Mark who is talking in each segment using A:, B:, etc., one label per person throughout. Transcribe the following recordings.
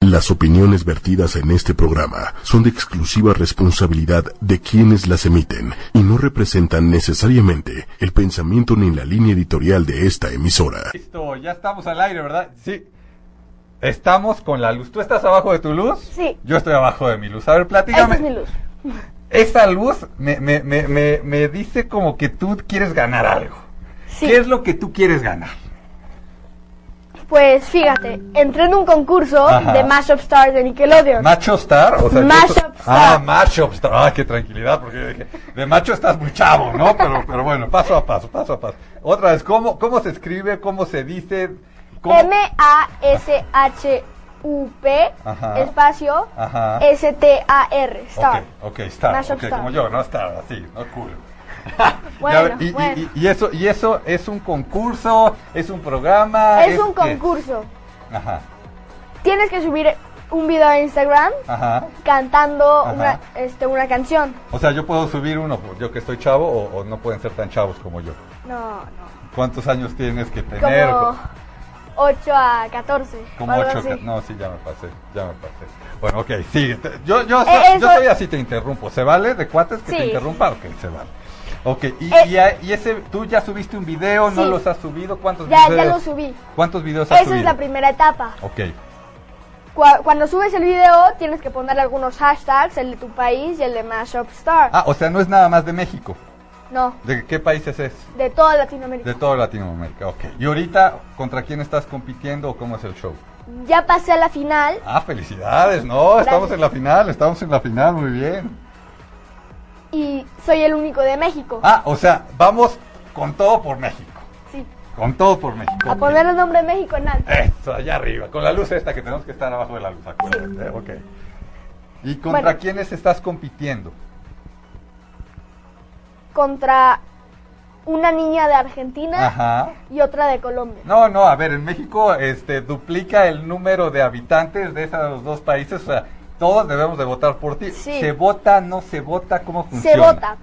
A: Las opiniones vertidas en este programa son de exclusiva responsabilidad de quienes las emiten y no representan necesariamente el pensamiento ni la línea editorial de esta emisora.
B: Listo, ya estamos al aire, ¿verdad? Sí. Estamos con la luz. ¿Tú estás abajo de tu luz?
C: Sí.
B: Yo estoy abajo de mi luz. A ver,
C: Esa
B: platícame.
C: es mi luz.
B: Esa luz me, me, me, me, me dice como que tú quieres ganar algo.
C: Sí.
B: ¿Qué es lo que tú quieres ganar?
C: Pues fíjate, entré en un concurso
B: Ajá.
C: de Mashup Stars de Nickelodeon.
B: ¿Macho Star? O sea, yo-
C: Mashup
B: Ah,
C: Star.
B: Mashup Star. Ah, qué tranquilidad, porque yo dije, de macho estás muy chavo, ¿no? Pero, pero bueno, paso a paso, paso a paso. Otra vez, ¿cómo, cómo se escribe? ¿Cómo se dice? ¿Cómo?
C: M-A-S-H-U-P
B: Ajá.
C: espacio
B: Ajá.
C: S-T-A-r Star.
B: Ok, ok, Star.
C: Mashup
B: ok,
C: Star.
B: como yo, no Star, así, no cool.
C: Bueno,
B: Ya, y, y-
C: bueno.
B: y- y eso, y eso es un concurso, es un programa.
C: Es un
B: qué?
C: concurso.
B: Ajá,
C: Tienes que subir un video a Instagram
B: ajá.
C: cantando
B: Ah. Ajá.
C: una, este, una canción.
B: O sea, yo puedo subir uno, pues, yo que estoy chavo, o, o no pueden ser tan chavos como yo.
C: No, no.
B: ¿Cuántos años tienes que tener?
C: Como 8 a 14.
B: Como
C: o algo
B: ocho.
C: así.
B: ca- No, sí, ya me pasé, ya me pasé. Bueno, ok, sí. te- Yo, yo, so-
C: Eh,
B: yo
C: eso-
B: soy así, te interrumpo. ¿Se vale de cuates que te
C: Sí.
B: interrumpa? Ok, se vale. Ok, y,
C: Eh.
B: y a- y ese, tú ya subiste un video, no
C: Sí.
B: los has subido, ¿cuántos
C: Ya,
B: videos?
C: ya lo subí.
B: ¿Cuántos videos has
C: Esa
B: subido?
C: es la primera etapa.
B: Ok,
C: Cua- Cuando subes el video tienes que poner algunos hashtags, el de tu país y el de Mashup Star.
B: Ah, o sea, no es nada más de México.
C: No,
B: ¿De qué países es?
C: de toda Latinoamérica.
B: De todo Latinoamérica, ok. ¿Y ahorita contra quién estás compitiendo o cómo es el show?
C: Ya pasé a la final.
B: Ah, felicidades, no, estamos en la final, estamos en la final, muy bien.
C: y soy el único de México.
B: Ah, o sea, vamos con todo por México.
C: Sí.
B: Con Eh. todo por México.
C: A poner el nombre de México en alto.
B: Eso, allá arriba, con la luz esta que tenemos que estar abajo de la luz, acuérdate, ok. ¿Y contra
C: Bueno.
B: quiénes estás compitiendo?
C: Contra una niña de Argentina
B: Ajá.
C: y otra de Colombia.
B: No, no, a ver, en México este, duplica el número de habitantes de esos dos países, o sea, todos debemos de votar por ti.
C: Sí.
B: ¿Se vota, no se vota, cómo funciona?
C: Se vota.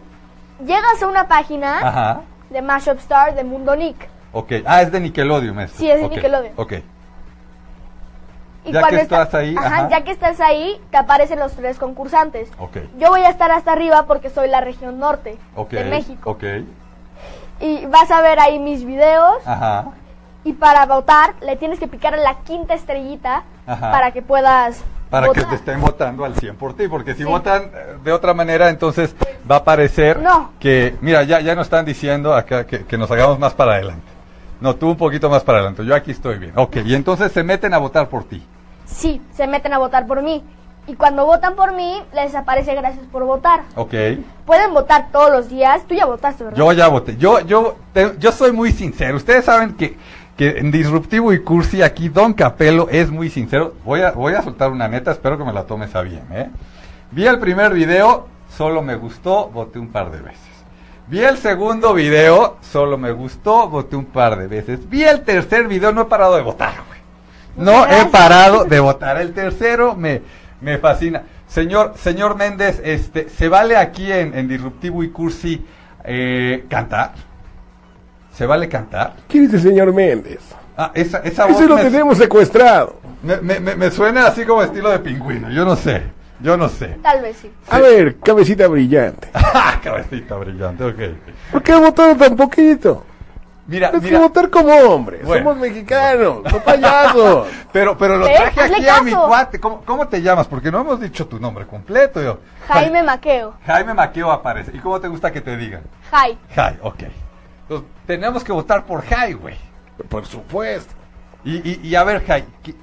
C: Llegas a una página
B: Ajá,
C: de Mashup Star de Mundo Nick.
B: ok. Ah, es de Nickelodeon esto.
C: Sí, es de
B: Ok,
C: Nickelodeon.
B: Ok,
C: Y
B: Ya
C: cuando
B: que
C: está-
B: estás ahí,
C: Ajá,
B: ajá.
C: ya que estás ahí, te aparecen los tres concursantes.
B: ok,
C: Yo voy a estar hasta arriba porque soy la región norte
B: ok.
C: de México.
B: Ok,
C: Y vas a ver ahí mis videos.
B: ajá.
C: Y para votar, le tienes que picar a la quinta estrellita
B: Ajá.
C: para que puedas
B: Para
C: votar.
B: que te estén votando al 100 por ti, porque si
C: Sí.
B: votan eh, de otra manera, entonces va a parecer
C: No.
B: que, mira, ya, ya nos están diciendo acá que, que nos hagamos más para adelante. No, tú un poquito más para adelante, yo aquí estoy bien. Ok, y entonces se meten a votar por ti.
C: Sí, se meten a votar por mí. Y cuando votan por mí, les aparece gracias por votar.
B: Ok,
C: Pueden votar todos los días. Tú ya votaste, ¿verdad?
B: yo ya voté. Yo, yo, te- yo soy muy sincero. Ustedes saben que, que en Disruptivo y Cursi aquí Don Capelo es muy sincero. Voy a, voy a soltar una neta, espero que me la tomes a bien. ¿eh? Vi el primer video, solo me gustó, voté un par de veces. Vi el segundo video, solo me gustó, voté un par de veces. Vi el tercer video, no he parado de votar, güey. No he
C: Gracias.
B: parado de votar. El tercero me, me fascina. Señor, señor Méndez, este, ¿se vale aquí en, en Disruptivo y Cursi eh, cantar? ¿Se vale cantar?
D: ¿Quién es el señor Méndez?
B: Ah, esa, esa voz
D: Ese lo
B: me-
D: tenemos secuestrado.
B: me, me- me- me suena así como estilo de pingüino. Yo no sé, yo no sé. Ah,
C: Tal vez sí.
D: A ver, cabecita brillante.
B: Cabecita brillante, ok.
D: ¿Por qué votaron tan poquito?
B: Mira,
D: Tienes que
B: mira.
D: votar como hombres.
B: Bueno.
D: Somos mexicanos, no payasos.
B: Pero, pero lo
C: Pero
B: traje
C: Eh, hazle
B: aquí a
C: caso.
B: mi cuate. ¿Cómo, cómo te llamas? Porque no hemos dicho tu nombre completo. Yo.
C: Jaime Maqueo.
B: Jaime Maqueo aparece. ¿Y cómo te gusta que te digan?
C: Jai.
B: Jai, ok. Entonces, tenemos que votar por Jai, güey.
D: Por supuesto.
B: Y, y- y a ver, Jai, ¿qué-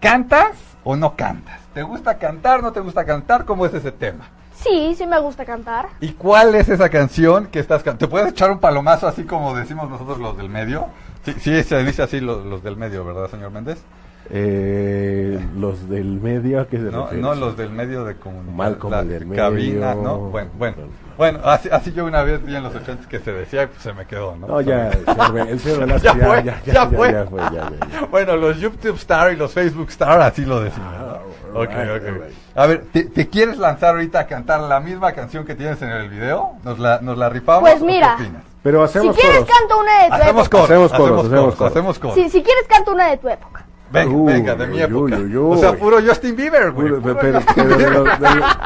B: ¿cantas o no cantas? ¿Te gusta cantar, no te gusta cantar? ¿Cómo es ese tema?
C: Sí, sí me gusta cantar.
B: ¿Y cuál es esa canción que estás cantando? ¿Te puedes echar un palomazo así como decimos nosotros los del medio? Sí, sí se dice así los, los del medio, ¿verdad, señor Méndez?
D: Eh, los del medio a qué se
B: No,
D: refieren?
B: no los del medio de comunicación.
D: Mal como
B: la
D: el del
B: cabina,
D: medio.
B: ¿no? Bueno, bueno. Bueno, así, así yo una vez vi en los ochentas que se decía y pues se me quedó, ¿no?
D: No, ya, el señor Méndez- el señor Velasco
B: Ya fue,
D: ya,
B: ya fue.
D: ya fue, ya, ya, ya.
B: Bueno, los YouTube Star y los Facebook Star, así lo decimos.
D: Ah,
B: ¿no? Ok,
D: alright,
B: ok.
D: alright.
B: A ver, ¿te, te quieres lanzar ahorita a cantar la misma canción que tienes en el video? ¿Nos la, nos la rifamos?
C: Pues
B: o qué
C: mira.
B: opinas?
D: Pero
C: Si
D: hacemos
C: quieres
D: coros.
C: canto una de tu
B: Hacemos
C: época.
B: coros,
D: Hacemos coros,
B: hacemos
D: hacemos
B: coros,
D: coros.
B: hacemos coros.
C: Sí, si quieres canto una de tu época.
B: Venga,
D: Uy,
B: venga, de mi
D: uy,
B: época.
D: uy,
B: O
D: uy,
B: sea,
D: uy.
B: puro Justin Bieber, güey.
D: Pero-
B: puro
D: pero-
B: Justin
D: pero de
B: Bieber.
D: los- de los-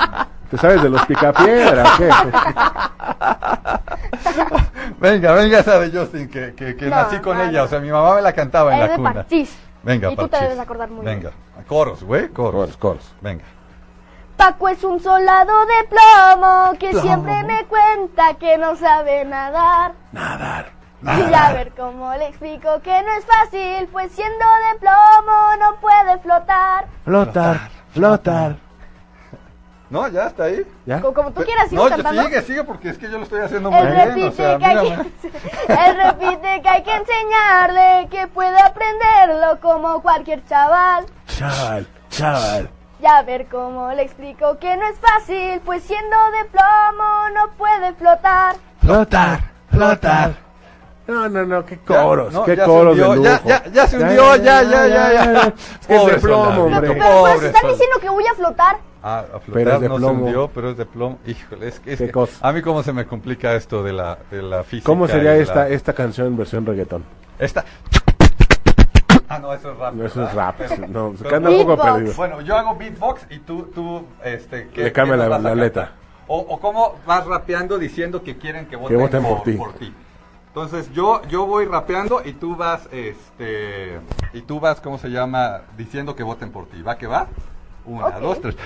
D: ¿Te sabes de los picapiedra o qué?
B: Venga, venga esa de Justin, que, que, que
C: No,
B: nací con
C: no,
B: ella.
C: no.
B: O sea, mi mamá me la cantaba en
C: Es
B: la
C: Eh, de
B: cuna.
C: Parchís.
B: Venga,
C: Y tú te
B: parchís.
C: debes acordar muy bien.
B: Venga, Ah, coros, güey, coros.
D: coros.
B: Venga.
C: Paco es un soldado de plomo que
B: Plomo.
C: siempre me cuenta que no sabe nadar. Y a ver cómo le explico que no es fácil, pues siendo de plomo no puede flotar.
D: Flotar, flotar.
B: No, ya está ahí.
D: ¿Ya?
C: Co- Como tú quieras, sigo
B: no,
C: cantando.
B: sigue, sigue, porque es que yo lo estoy haciendo muy
C: Él repite,
B: bien. O sea,
C: que hay
B: mírame.
C: que, él repite que hay que enseñarle que puede aprenderlo como cualquier chaval.
D: Chaval, chaval.
C: Ya ver cómo le explico que no es fácil, pues siendo de plomo no puede flotar.
D: Flotar, flotar. No, no, no, qué coros,
B: Ya, no,
D: qué
B: ya se
D: coros
B: hundió,
D: de lujo.
B: ya, ya, ya se hundió, ya, ya, ya, ya.
D: Es que es de
B: Pobre
D: plomo,
B: soldado.
D: hombre.
B: Pobre
C: Pero pues
B: soldado.
C: están diciendo que voy a flotar.
B: Ah, a
D: Pero es
B: flotar
D: de
B: no se
D: plomo.
B: hundió, pero es de plomo. Híjole, es que, es
D: Qué
B: que-
D: cosa.
B: a mí cómo se me complica esto de la, de la física.
D: ¿Cómo sería
B: y la-
D: esta, esta canción en versión reggaetón?
B: Esta. Ah, no, eso es rap.
D: No, eso
B: ¿verdad?
D: es rap.
B: Pero-
D: No, se
B: pero-
D: anda un poco
C: Beatbox.
D: perdido.
B: Bueno, yo hago beatbox y tú, tú, este,
D: Le cambia
B: nos
D: la-
B: vas a
D: la
B: cantar?
D: letra.
B: O, o cómo vas rapeando diciendo que quieren que voten,
D: voten por ti.
B: Entonces yo, yo voy rapeando y tú vas, este, y tú vas, ¿cómo se llama? Diciendo que voten por ti. ¿Va que va? Una,
C: Ok.
B: dos, tres.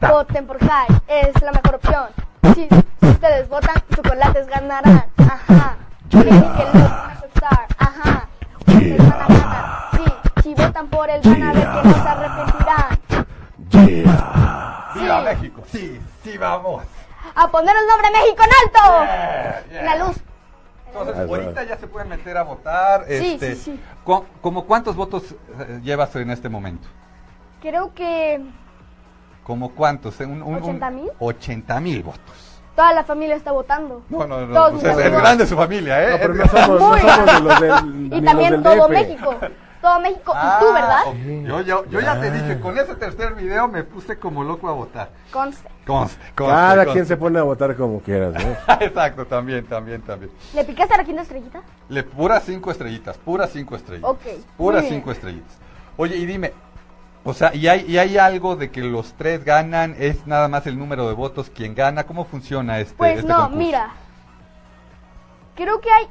C: Voten por Jai, es la mejor opción. Si, si ustedes votan, chocolates ganarán. Ajá. Yo dije que los van a aceptar. Ajá. Ustedes van a ganar. Sí, si votan por él, van a ver que no se arrepentirán.
B: ¡Viva
D: Ah,
C: Sí.
B: México! Sí, sí, vamos.
C: A poner el nombre México en alto.
B: Yeah, yeah.
C: La luz.
B: Entonces,
D: Ah, es
B: ahorita
D: verdad.
B: ya se pueden meter a votar.
C: Sí,
B: este,
C: sí, sí.
B: ¿cu- como cuántos votos eh, llevas en este momento?
C: Creo que
B: ¿Como cuántos? Un, un,
C: ¿Ochenta mil?
B: mil votos.
C: toda la familia está votando.
B: No, no, no.
C: Todos
B: pues
C: mis
B: es el
C: amigos.
B: grande de su familia, ¿eh?
D: No, pero no somos, no
C: Muy
D: somos de
C: bien.
D: los del, ni
C: Y
D: los
C: también
D: del
C: todo
D: DF.
C: México. Todo México.
B: Ah,
C: y tú, ¿verdad?
B: ok. Ah. Yo, yo, yo ya te dije, con ese tercer video me puse como loco a votar.
C: Conste.
B: Conste, conste.
D: Cada
B: conste.
D: quien se pone a votar como quieras, ¿no?
B: Exacto, también, también, también.
C: ¿Le picaste a la quinta estrellita?
B: Le, puras cinco estrellitas, puras cinco estrellitas.
C: Ok,
B: Puras
C: muy bien.
B: cinco estrellitas. Oye, y dime, o sea, ¿y hay, ¿y hay algo de que los tres ganan? ¿Es nada más el número de votos quien gana? ¿Cómo funciona este
C: Pues
B: este
C: no,
B: concurso?
C: mira. Creo que hay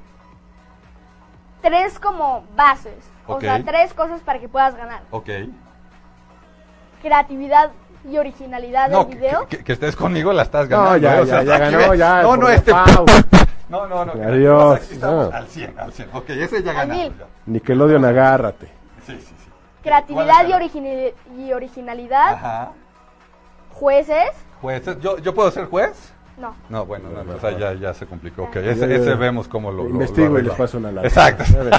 C: tres como bases. O
B: Ok.
C: sea, tres cosas para que puedas ganar.
B: Ok.
C: Creatividad y originalidad
B: No,
C: del
B: que,
C: video.
B: que- que estés conmigo la estás ganando.
D: No, ya,
B: ¿eh? O sea,
D: ya, ya
B: aquí
D: ganó,
B: ven-
D: ya.
B: No, no,
D: por
B: este...
D: favor.
B: No, no, no.
D: Adiós,
B: o sea, aquí estamos
D: no.
B: al 100, al 100. Ok, ese ya
C: Al
B: ganó.
C: mil.
B: ya.
D: Nickelodeon, agárrate.
B: Sí, sí, sí.
C: creatividad
B: ¿Cuál
C: y,
B: ganó?
C: origini- y originalidad.
B: Ajá.
C: Jueces.
B: Juez, ¿yo, ¿yo puedo ser juez?
C: No.
B: No, bueno, no, o sea, ya, ya se complicó. Ok,
C: Ya,
B: ese,
D: ya,
B: ese
D: ya.
B: vemos cómo lo... lo- lo
D: Investigo y les
B: arreglamos.
D: paso una lana.
B: Exacto.
D: A ver.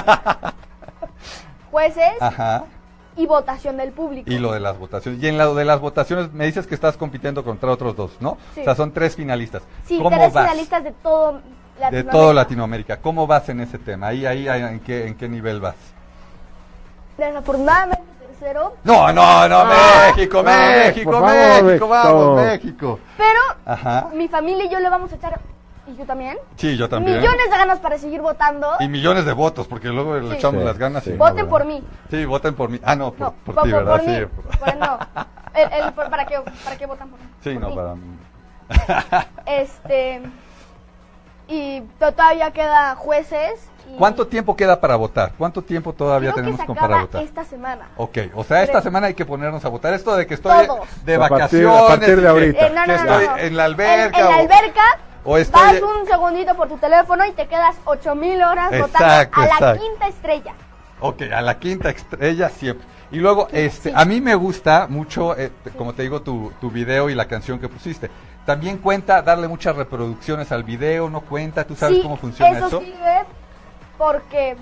C: Jueces
B: Ajá.
C: y votación del público.
B: Ah. Y lo de las votaciones. Y en lo de las votaciones me dices que estás compitiendo contra otros dos, ¿no?
C: Sí.
B: O sea, son tres finalistas.
C: Sí,
B: ¿Cómo
C: tres
B: vas?
C: finalistas de todo
B: De
C: Latinoamérica.
B: todo Latinoamérica. ¿Cómo vas en ese tema? Ahí, ahí, ahí, ¿en qué, en qué nivel vas?
C: Desafortunadamente, tercero.
B: No, no, no,
D: Ah,
B: México,
D: no,
B: México,
D: por favor,
B: México,
D: México.
B: vamos, México.
C: Pero
B: Ajá.
C: mi familia y yo le vamos a echar. Y yo también.
B: Sí, yo también.
C: Millones de ganas para seguir votando.
B: Y millones de votos, porque luego le
C: Sí.
B: echamos
D: Sí,
B: las ganas.
D: sí.
B: y no,
C: Voten
B: ¿verdad?
C: por mí.
B: Sí, voten por mí. Ah, no, por,
C: No,
B: por
C: por,
B: ti,
C: por-
B: ¿verdad?
C: por mí.
B: sí, por-
C: Por- no. El- el- por- ¿para, qué, ¿Para qué votan por mí?
B: sí,
C: Por
B: no,
C: mí.
B: para mí.
C: Este. Y to- todavía queda jueces. y
B: ¿Cuánto tiempo queda para votar? ¿Cuánto tiempo todavía
C: creo
B: tenemos
C: que se
B: con- para
C: acaba este
B: votar?
C: esta semana.
B: Ok, o sea, esta
C: Creo.
B: semana hay que ponernos a votar. Esto de que estoy
C: Todos.
B: de
D: A partir-
B: vacaciones,
D: a partir de
B: y que-
D: ahorita.
C: Eh, no,
B: que
C: no, no, no,
B: estoy
C: no.
B: en la
C: En, en
B: alberca.
C: la
B: o-
C: alberca.
B: o estoy-
C: Vas un segundito por tu teléfono y te quedas 8000 horas
B: Exacto,
C: votando a la
B: exacto.
C: quinta estrella.
B: Ok, a la quinta estrella siempre. Y luego, este, a mí me gusta mucho, eh, te- como te digo, tu, tu video y la canción que pusiste. También cuenta darle muchas reproducciones al video, no cuenta, tú sabes
C: Sí,
B: cómo funciona
C: eso?
B: eso.
C: sirve porque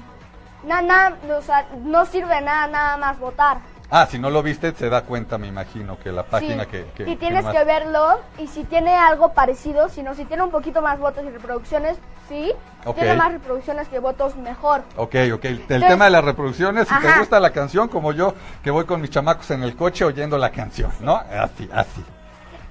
C: na- na- o sea, no sirve de nada nada más votar.
B: Ah, si no lo viste, se da cuenta, me imagino, que la página
C: Sí,
B: que, que-
C: y tienes
B: más-
C: que, verlo y si tiene algo parecido, si no, si tiene un poquito más votos y reproducciones, sí.
B: Ok.
C: Tiene más reproducciones que votos, mejor.
B: Ok, ok. El tema de las reproducciones, si te
C: Ajá.
B: gusta la canción, como yo, que voy con mis chamacos en el coche oyendo la canción, ¿no? Así, así.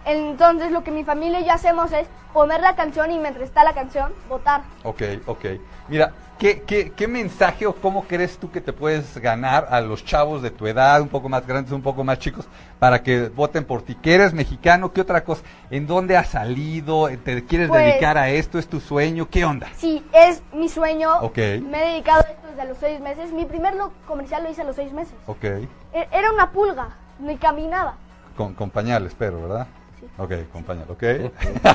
C: Entonces lo que mi familia y yo hacemos es poner la canción y mientras está la canción, votar.
B: Ok, ok. Mira, ¿Qué, qué, qué mensaje o cómo crees tú que te puedes ganar a los chavos de tu edad, un poco más grandes, un poco más chicos, para que voten por ti? ¿Que eres mexicano? ¿Qué otra cosa? ¿En dónde has salido? ¿Te quieres
C: Pues-
B: dedicar a esto? ¿Es tu sueño? ¿Qué onda?
C: Sí, es mi sueño.
B: Ok.
C: Me he dedicado a esto desde los seis meses. Mi primer lo- comercial lo hice a los seis meses.
B: Ok,
C: E- Era una pulga, ni caminaba.
B: con, con pañales, pero, ¿verdad?
C: Sí.
B: Ok, con pañales, ok.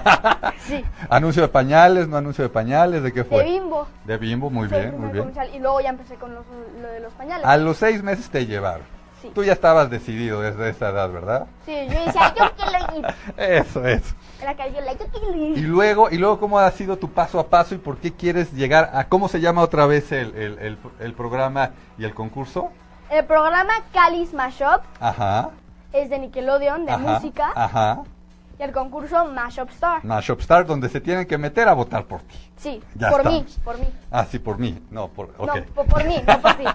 C: Sí,
B: ¿Anuncio de pañales? ¿No anuncio de pañales? ¿De qué
C: de
B: fue?
C: bimbo.
B: De bimbo, muy
C: Fue el
B: bien, muy
C: primer
B: bien.
C: comercial, Y luego ya empecé con los- lo de los pañales.
B: A los seis meses te llevaron.
C: Sí.
B: Tú ya estabas decidido desde esa edad, ¿verdad?
C: Sí, yo decía, yo quiero ir.
B: Eso, eso.
C: En la calle, yo decía, yo quiero ir.
B: Y luego, y luego ¿cómo ha sido tu paso a paso y por qué quieres llegar a cómo se llama otra vez el, el- el- el programa y el concurso?
C: El programa Calis Mashup
B: Ajá.
C: es de Nickelodeon, de
B: ajá, ah.
C: música.
B: Ajá.
C: Y el concurso Mashup Star.
B: Mashup Star, donde se tienen que meter a votar por ti.
C: Sí,
B: Ya
C: por
B: estamos.
C: mí, por mí.
B: Ah, sí, por mí. No, por. Ok.
C: No, po- por mí, no por ti.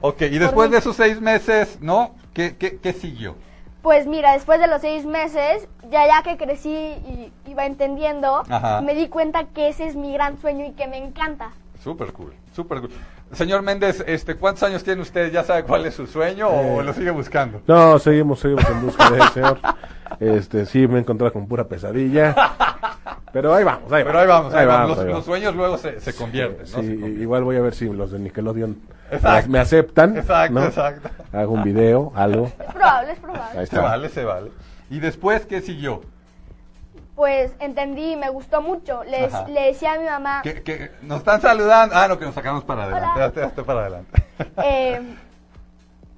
B: ok, y después
C: mí.
B: de esos seis meses, ¿no? ¿Qué, qué, qué siguió?
C: Pues mira, después de los seis meses, ya ya que crecí y iba entendiendo,
B: Ajá.
C: me di cuenta que ese es mi gran sueño y que me encanta.
B: Súper cool, súper cool. Señor Méndez, este, ¿cuántos años tiene usted? ¿Ya sabe cuál es su sueño o
D: Eh,
B: lo sigue buscando?
D: No, seguimos, seguimos en busca de ese señor. Este, sí, me he encontrado con pura pesadilla. Pero ahí vamos, ahí vamos.
B: Pero ahí vamos, ahí vamos. Los,
D: ahí
B: los sueños luego se, se convierten, ¿no?
D: Sí,
B: Se convierten.
D: igual voy a ver si los de Nickelodeon
B: Exacto.
D: me aceptan.
B: Exacto,
D: ¿no?
B: exacto.
D: Hago un video, algo.
C: Es probable, es
D: Ahí
C: probable.
B: Se
D: está.
B: vale, se vale. ¿Y después qué siguió?
C: Pues entendí y me gustó mucho. Le,
B: Ajá.
C: le decía a mi mamá,
B: Que, que nos están saludando. Ah, no, que nos sacamos para adelante.
C: Hola.
B: Hazte, hazte para adelante.
C: eh,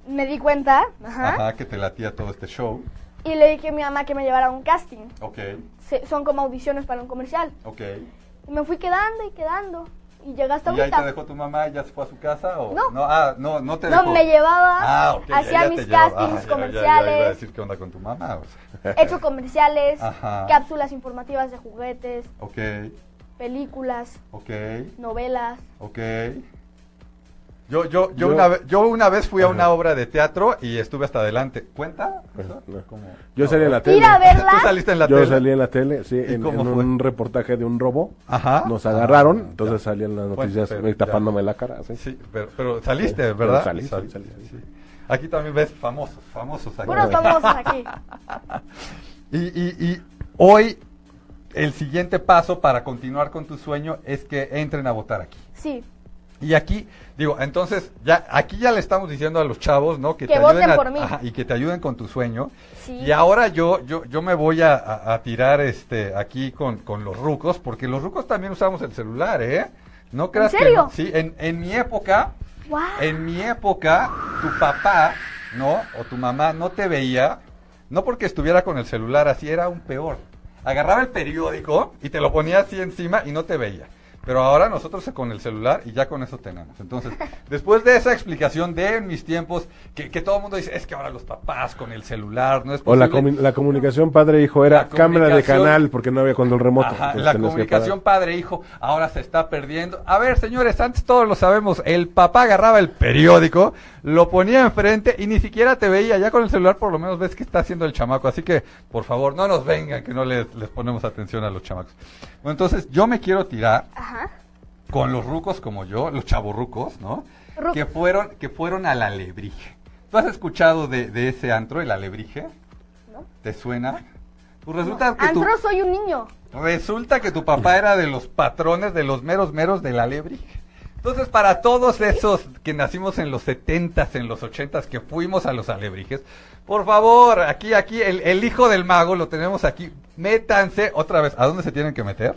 C: me di cuenta, ajá,
B: Ajá, que te latía todo este show.
C: y le dije a mi mamá que me llevara a un casting.
B: Ok,
C: Se- son como audiciones para un comercial.
B: ok.
C: Y me fui quedando y quedando. Y llegué hasta
B: ¿Y ahí te
C: ahorita.
B: dejó tu mamá y ya se fue a su casa? O?
C: No.
B: Ah, no, no te
C: No,
B: dejó.
C: me llevaba,
B: Ah, ok, ya-
C: hacía
B: ya
C: mis
B: te llevaba. Ah, ya- ya-
C: castings
B: ya iba a
C: comerciales.
B: decir qué onda con tu mamá. o sea.
C: He hecho comerciales,
B: Ajá.
C: cápsulas informativas de juguetes,
B: Ok,
C: películas,
B: ok,
C: novelas.
B: ok. Yo, yo, yo,
D: Yo-
B: una, ve- yo una vez fui a una obra de teatro y estuve hasta adelante. ¿Cuenta? eso?
D: No.
B: Como-
D: Yo
B: no,
D: salí en la
B: ¿verdad?
D: tele.
C: Ir a verla.
B: Tú saliste en la
D: Yo
B: tele.
D: salí en la tele, sí,
B: ¿Y
D: en,
B: cómo
D: en
B: fue?
D: un reportaje de un robo.
B: Ajá.
D: Nos agarraron,
B: Ah,
D: entonces
B: ya.
D: salían las
B: Bueno,
D: noticias
B: pero
D: me-
B: ya.
D: tapándome la cara. así.
B: Ah, Sí, pero, pero saliste,
D: Pero
B: ¿verdad?
D: salí, sí,
B: Sal-
D: salí, salí.
B: sí. Aquí también ves famosos, famosos aquí.
C: Puros famosos aquí.
B: Y, y- y hoy el siguiente paso para continuar con tu sueño es que entren a votar aquí.
C: Sí,
B: Y aquí, digo, entonces, ya aquí ya le estamos diciendo a los chavos, ¿no?
C: Que
B: te
C: voten
B: ayuden a-
C: por mí.
B: ajá, y que te ayuden con tu sueño.
C: Sí.
B: Y ahora yo, yo, yo me voy a, a- a tirar este aquí con, con los rucos, porque los rucos también usamos el celular, ¿eh? ¿No creas que
C: serio?
B: no? sí, en, en mi época,
C: Wow.
B: en mi época, tu papá, ¿no? O tu mamá no te veía, no porque estuviera con el celular así, era un peor. Agarraba el periódico y te lo ponía así encima y no te veía. Pero ahora nosotros con el celular y ya con eso tenemos. Entonces, después de esa explicación de en mis tiempos, que, que todo el mundo dice, es que ahora los papás con el celular, no es
D: O la,
B: posible".
D: comu- la comunicación padre-hijo era
B: La
D: cámara de
B: comunicación-
D: canal porque no había control remoto.
B: Ajá,
D: entonces
B: la
D: tenías que
B: comunicación
D: parar.
B: padre-hijo ahora se está perdiendo. A ver, señores, antes todos lo sabemos, el papá agarraba el periódico, lo ponía enfrente y ni siquiera te veía. Ya con el celular por lo menos ves que está haciendo el chamaco. Así que, por favor, no nos vengan que no les, les ponemos atención a los chamacos. Bueno, entonces yo me quiero tirar
C: ajá.
B: con los rucos como yo, los chavorrucos, ¿no?
C: Ru-
B: Que fueron, que fueron al alebrije. ¿Tú has escuchado de, de ese antro, el alebrije?
C: ¿No?
B: ¿Te suena? Pues resulta que tú...
C: Antro soy un niño.
B: Resulta que tu papá era de los patrones, de los meros meros de la lebrige. Entonces, para todos esos que nacimos en los 70s, en los 80s, que fuimos a los alebrijes, por favor, aquí, aquí, el, el hijo del mago lo tenemos aquí. Métanse otra vez. ¿A dónde se tienen que meter?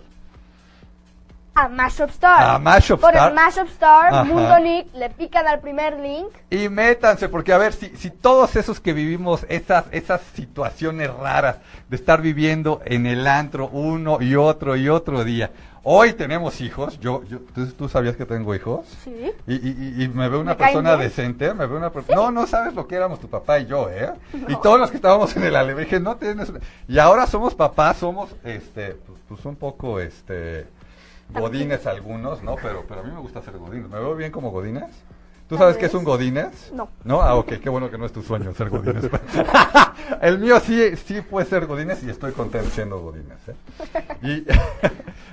C: A Mashup Star.
B: A Mashup
C: Por
B: Star.
C: el Mashup Star,
B: Ajá.
C: Mundo Nick, le pican al primer link.
B: Y métanse, porque a ver, si, si todos esos que vivimos esas, esas situaciones raras de estar viviendo en el antro uno y otro y otro día, hoy tenemos hijos, yo, yo, ¿tú, tú sabías que tengo hijos?
C: Sí.
B: Y, y- y- y me veo una
C: Me caen
B: persona
C: bien.
B: decente, me veo una per- No, no sabes lo que éramos tu papá y yo, ¿eh? Y todos los que estábamos en el alebrije, no tienes... una- Y ahora somos papás, somos, este, pues, pues, un poco, este, godines algunos, ¿no? Pero, pero a mí me gusta ser godines. ¿Me veo bien como godines? ¿Tú
C: Tal
B: sabes qué es
C: vez.
B: un godines?
C: No.
B: ¿No? Ah, ok, qué bueno que no es tu sueño ser godines. el mío sí, sí fue ser godines y estoy contento siendo godines, ¿eh? Y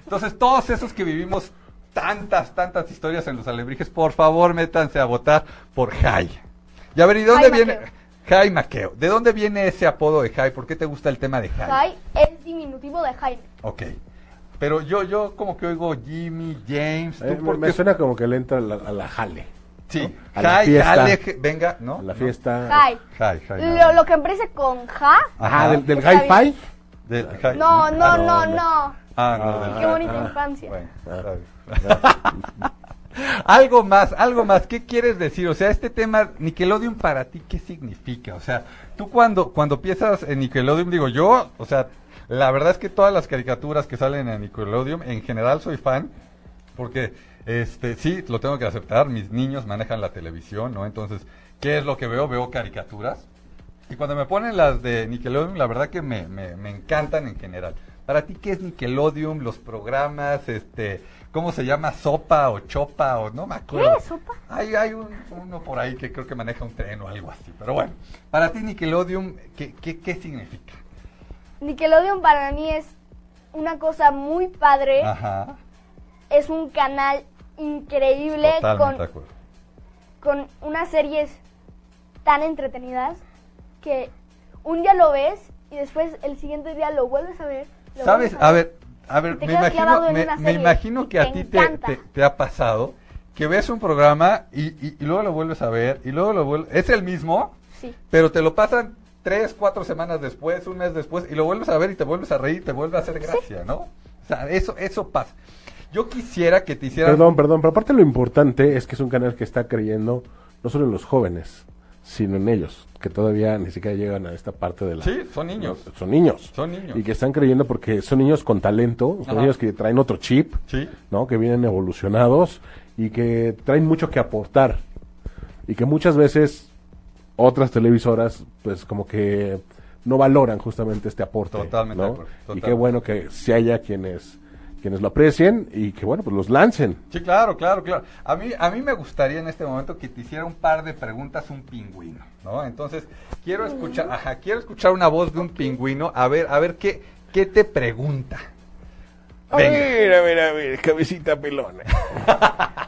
B: entonces todos esos que vivimos tantas, tantas historias en los alebrijes. Por favor, métanse a votar por Jai. Y a ver, ¿y dónde
C: Jai
B: viene?
C: Maqueo.
B: Jai Maqueo. ¿De dónde viene ese apodo de Jai? ¿Por qué te gusta el tema de Jai?
C: Jai es diminutivo de Jaime.
B: Ok. Pero yo, yo como que oigo Jimmy, James,
D: Eh,
B: tú
D: me,
B: por
D: me
B: qué-
D: suena como que le entra a la, a la jale.
B: Sí,
D: ¿no? A la
B: Jai,
D: fiesta.
B: Jale, je- venga, ¿no?
D: A la
B: No.
D: fiesta.
C: Jai.
B: Jai, Jai.
C: Lo,
B: nada.
C: lo que empiece con ja.
D: Ajá, del, del
C: Está
D: hi-fi.
C: bien.
B: Del Jai.
C: No, no, no,
D: no.
C: no.
B: Ah, no, del
C: Qué
B: Jai.
C: bonita infancia.
B: Bueno, está bien. Ah. algo más, algo más, ¿qué quieres decir? O sea, este tema, Nickelodeon para ti, ¿qué significa? O sea, tú cuando, cuando piensas en Nickelodeon, digo yo, o sea, la verdad es que todas las caricaturas que salen en Nickelodeon, en general soy fan, porque, este, sí, lo tengo que aceptar, mis niños manejan la televisión, ¿no? Entonces, ¿qué es lo que veo? Veo caricaturas. Y cuando me ponen las de Nickelodeon, la verdad que me, me, me encantan en general. Para ti, ¿qué es Nickelodeon? Los programas, este, ¿cómo se llama? Sopa o chopa o no me acuerdo.
C: ¿Qué? ¿Sopa?
B: Hay, hay un- uno por ahí que creo que maneja un tren o algo así. Pero bueno, para ti Nickelodeon, ¿qué, qué, qué significa?
C: Nickelodeon para mí es una cosa muy padre.
B: Ajá.
C: Es un canal increíble
B: Totalmente
C: con,
B: de acuerdo.
C: con unas series tan entretenidas que un día lo ves y después el siguiente día lo vuelves a ver. lo
B: ¿Sabes?
C: vuelves
B: A ver, a ver,
C: Y te
B: me
C: quedas
B: imagino,
C: clavado en
B: me,
C: una
B: me
C: serie
B: imagino
C: y
B: que a
C: te
B: ti te,
C: encanta.
B: te, te ha pasado que ves un programa y, y- y luego lo vuelves a ver y luego lo vuelves... Es el mismo,
C: Sí.
B: pero te lo pasan tres, cuatro semanas después, un mes después y lo vuelves a ver y te vuelves a reír, te vuelve a hacer gracia, ¿no? O sea, eso, eso pasa. Yo quisiera que te hicieran...
D: Perdón, perdón, pero aparte lo importante es que es un canal que está creyendo no solo en los jóvenes, sino en ellos, que todavía ni siquiera llegan a esta parte de la...
B: Sí, son niños.
D: Son niños.
B: Son niños.
D: Y que están creyendo porque son niños con talento, son
B: Ajá.
D: niños que traen otro chip,
B: Sí.
D: ¿no? Que vienen evolucionados y que traen mucho que aportar. Y que muchas veces otras televisoras, pues como que no valoran justamente este aporte.
B: Totalmente
D: ¿no?
B: de acuerdo,
D: Y
B: totalmente.
D: qué bueno que si haya quienes quienes lo aprecien y que bueno, pues los lancen.
B: Sí, claro, claro, claro. A mí, a mí me gustaría en este momento que te hiciera un par de preguntas un pingüino, ¿no? Entonces, quiero escuchar, ajá, quiero escuchar una voz de un pingüino, a ver, a ver qué, qué te pregunta. Venga.
D: Mira, mira, mira, cabecita pelona.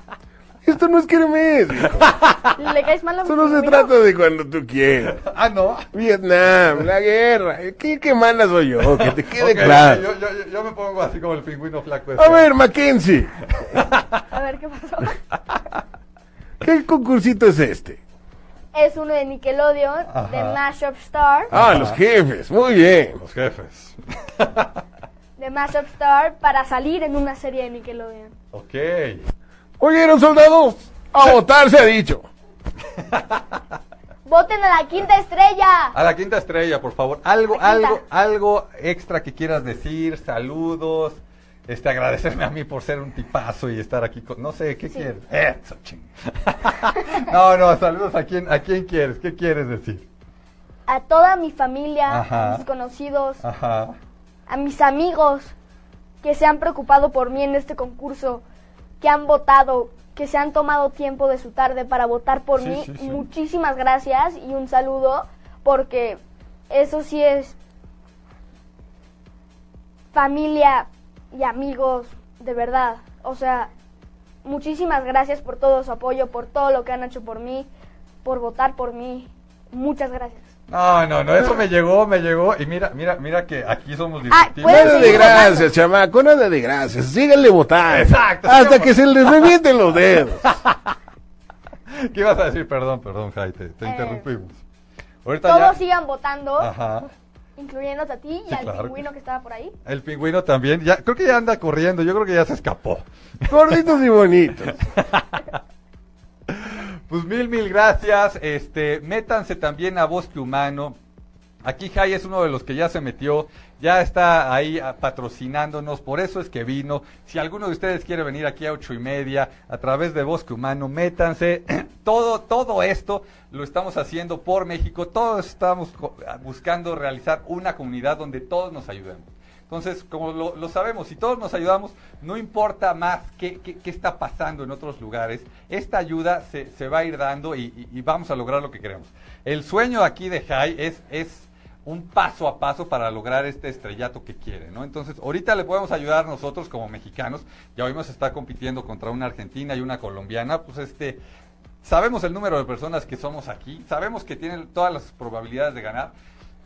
D: Esto no es kermés. hijo.
C: a ver. Le caes mal a
D: Esto no se
C: Mira,
D: trata de cuando tú quieras.
B: Ah, no.
D: Vietnam, la guerra. ¿Qué, qué mala soy yo? Oh, Que te quede
B: Ok,
D: claro.
B: yo, yo- yo- yo me pongo así como el pingüino flaco.
D: A
B: este.
D: ver, Mackenzie,
C: A ver qué pasó.
D: ¿qué concursito es este?
C: es uno de Nickelodeon,
B: Ajá.
C: de Mashup Star.
D: Ah, los jefes, muy bien.
B: Los jefes.
C: De Mashup Star para salir en una serie de Nickelodeon.
B: ok.
D: Oyeron, soldados, a votar se ha dicho.
C: ¡Voten a la quinta estrella!
B: A la quinta estrella, por favor. Algo,
C: La quinta.
B: algo, algo extra que quieras decir, saludos. Este, agradecerme a mí por ser un tipazo y estar aquí con... No sé, ¿qué
C: Sí.
B: quieres? Eso, ching. no, no, saludos a quién, a quién quieres, ¿qué quieres decir?
C: A toda mi familia,
B: Ajá. Ah.
C: a mis conocidos,
B: Ajá.
C: a mis amigos que se han preocupado por mí en este concurso, que han votado, que se han tomado tiempo de su tarde para votar por
B: Sí,
C: mí.
B: sí, sí.
C: Muchísimas gracias y un saludo porque eso sí es familia y amigos de verdad. O sea, muchísimas gracias por todo su apoyo, por todo lo que han hecho por mí, por votar por mí. Muchas gracias.
B: No, no, no, eso me llegó, me llegó. Y mira, mira, mira que aquí somos
C: Ah,
B: disruptivos.
C: ¿puedes
D: Nada de
C: seguir
D: gracias, chamaco, nada de gracias. Síganle votar.
B: Exacto,
D: Hasta
B: sigamos.
D: que se les revienten los dedos.
B: ¿Qué ibas a decir? Perdón, perdón, Jai, te, te
C: Eh,
B: interrumpimos. Ahorita
C: Todos
B: ya...
C: sigan votando,
B: Ajá.
C: incluyéndote a ti y
B: Sí,
C: al
B: claro.
C: pingüino que estaba por ahí.
B: El pingüino también, ya, creo que ya anda corriendo, yo creo que ya se escapó.
D: Gorditos y bonitos.
B: Pues mil, mil gracias. Este, métanse también a Bosque Humano. Aquí Jai es uno de los que ya se metió, ya está ahí ah, patrocinándonos, por eso es que vino. Si alguno de ustedes quiere venir aquí a ocho y media a través de Bosque Humano, métanse. Todo, todo esto lo estamos haciendo por México, todos estamos co- buscando realizar una comunidad donde todos nos ayudemos. Entonces, como lo, lo sabemos, si todos nos ayudamos, no importa más qué, qué- qué está pasando en otros lugares, esta ayuda se, se va a ir dando y, y- y vamos a lograr lo que queremos. El sueño aquí de Jai es, es un paso a paso para lograr este estrellato que quiere, ¿no? Entonces, ahorita le podemos ayudar nosotros como mexicanos. Ya oímos está compitiendo contra una argentina y una colombiana, pues este sabemos el número de personas que somos aquí, sabemos que tienen todas las probabilidades de ganar.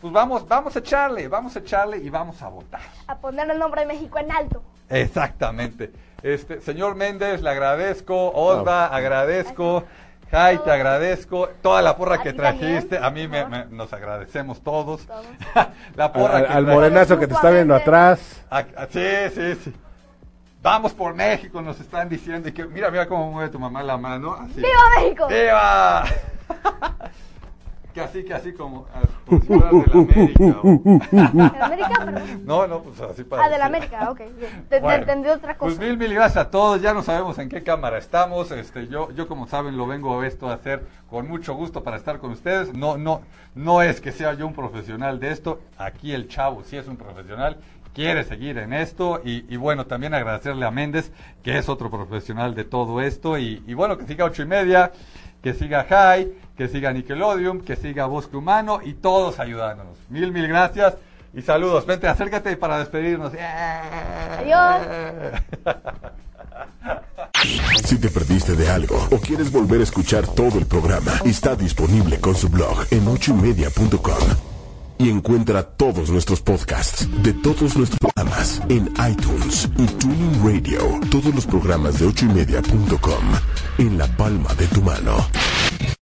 B: Pues vamos, vamos a echarle, vamos a echarle y vamos a votar.
C: A poner el nombre de México en alto.
B: Exactamente. Este, señor Méndez, le agradezco. Osva, agradezco. Jai, te agradezco. Toda la porra
C: A
B: que
C: ti también,
B: trajiste, a mí
C: por
B: me-
C: favor.
B: me- nos agradecemos todos.
C: Todos.
B: la porra
D: Al,
B: que
D: al
B: trajiste.
D: morenazo que te está viendo atrás.
B: Ah, ah, Sí, sí, sí. Vamos por México, nos están diciendo. Y que, mira, mira cómo mueve tu mamá la mano. así.
C: ¡Viva México!
B: ¡Viva! que así, que así como. ah, como si fueras de la América, o-
C: ¿De América? Perdón.
B: No, no, pues así para.
C: Ah, de la
B: decir.
C: América, ok. bien. Te, te
B: Bueno,
C: entendí otra
B: Pues
C: cosa.
B: mil, mil gracias a todos. Ya no sabemos en qué cámara estamos. Este, yo, yo como saben, lo vengo a esto a hacer con mucho gusto para estar con ustedes. No, no, no es que sea yo un profesional de esto. Aquí el chavo sí es un profesional. Quiere seguir en esto y, y bueno, también agradecerle a Méndez, que es otro profesional de todo esto. Y, y bueno, que siga ocho y media, que siga High, que siga Nickelodeon, que siga Bosque Humano y todos ayudándonos. Mil, mil gracias y saludos. Vente, acércate para despedirnos.
C: Adiós.
A: Si te perdiste de algo o quieres volver a escuchar todo el programa, está disponible con su blog en ochoymedia.com. Y encuentra todos nuestros podcasts de todos nuestros programas en iTunes y Tuning Radio. Todos los programas de ochoymedia.com en la palma de tu mano.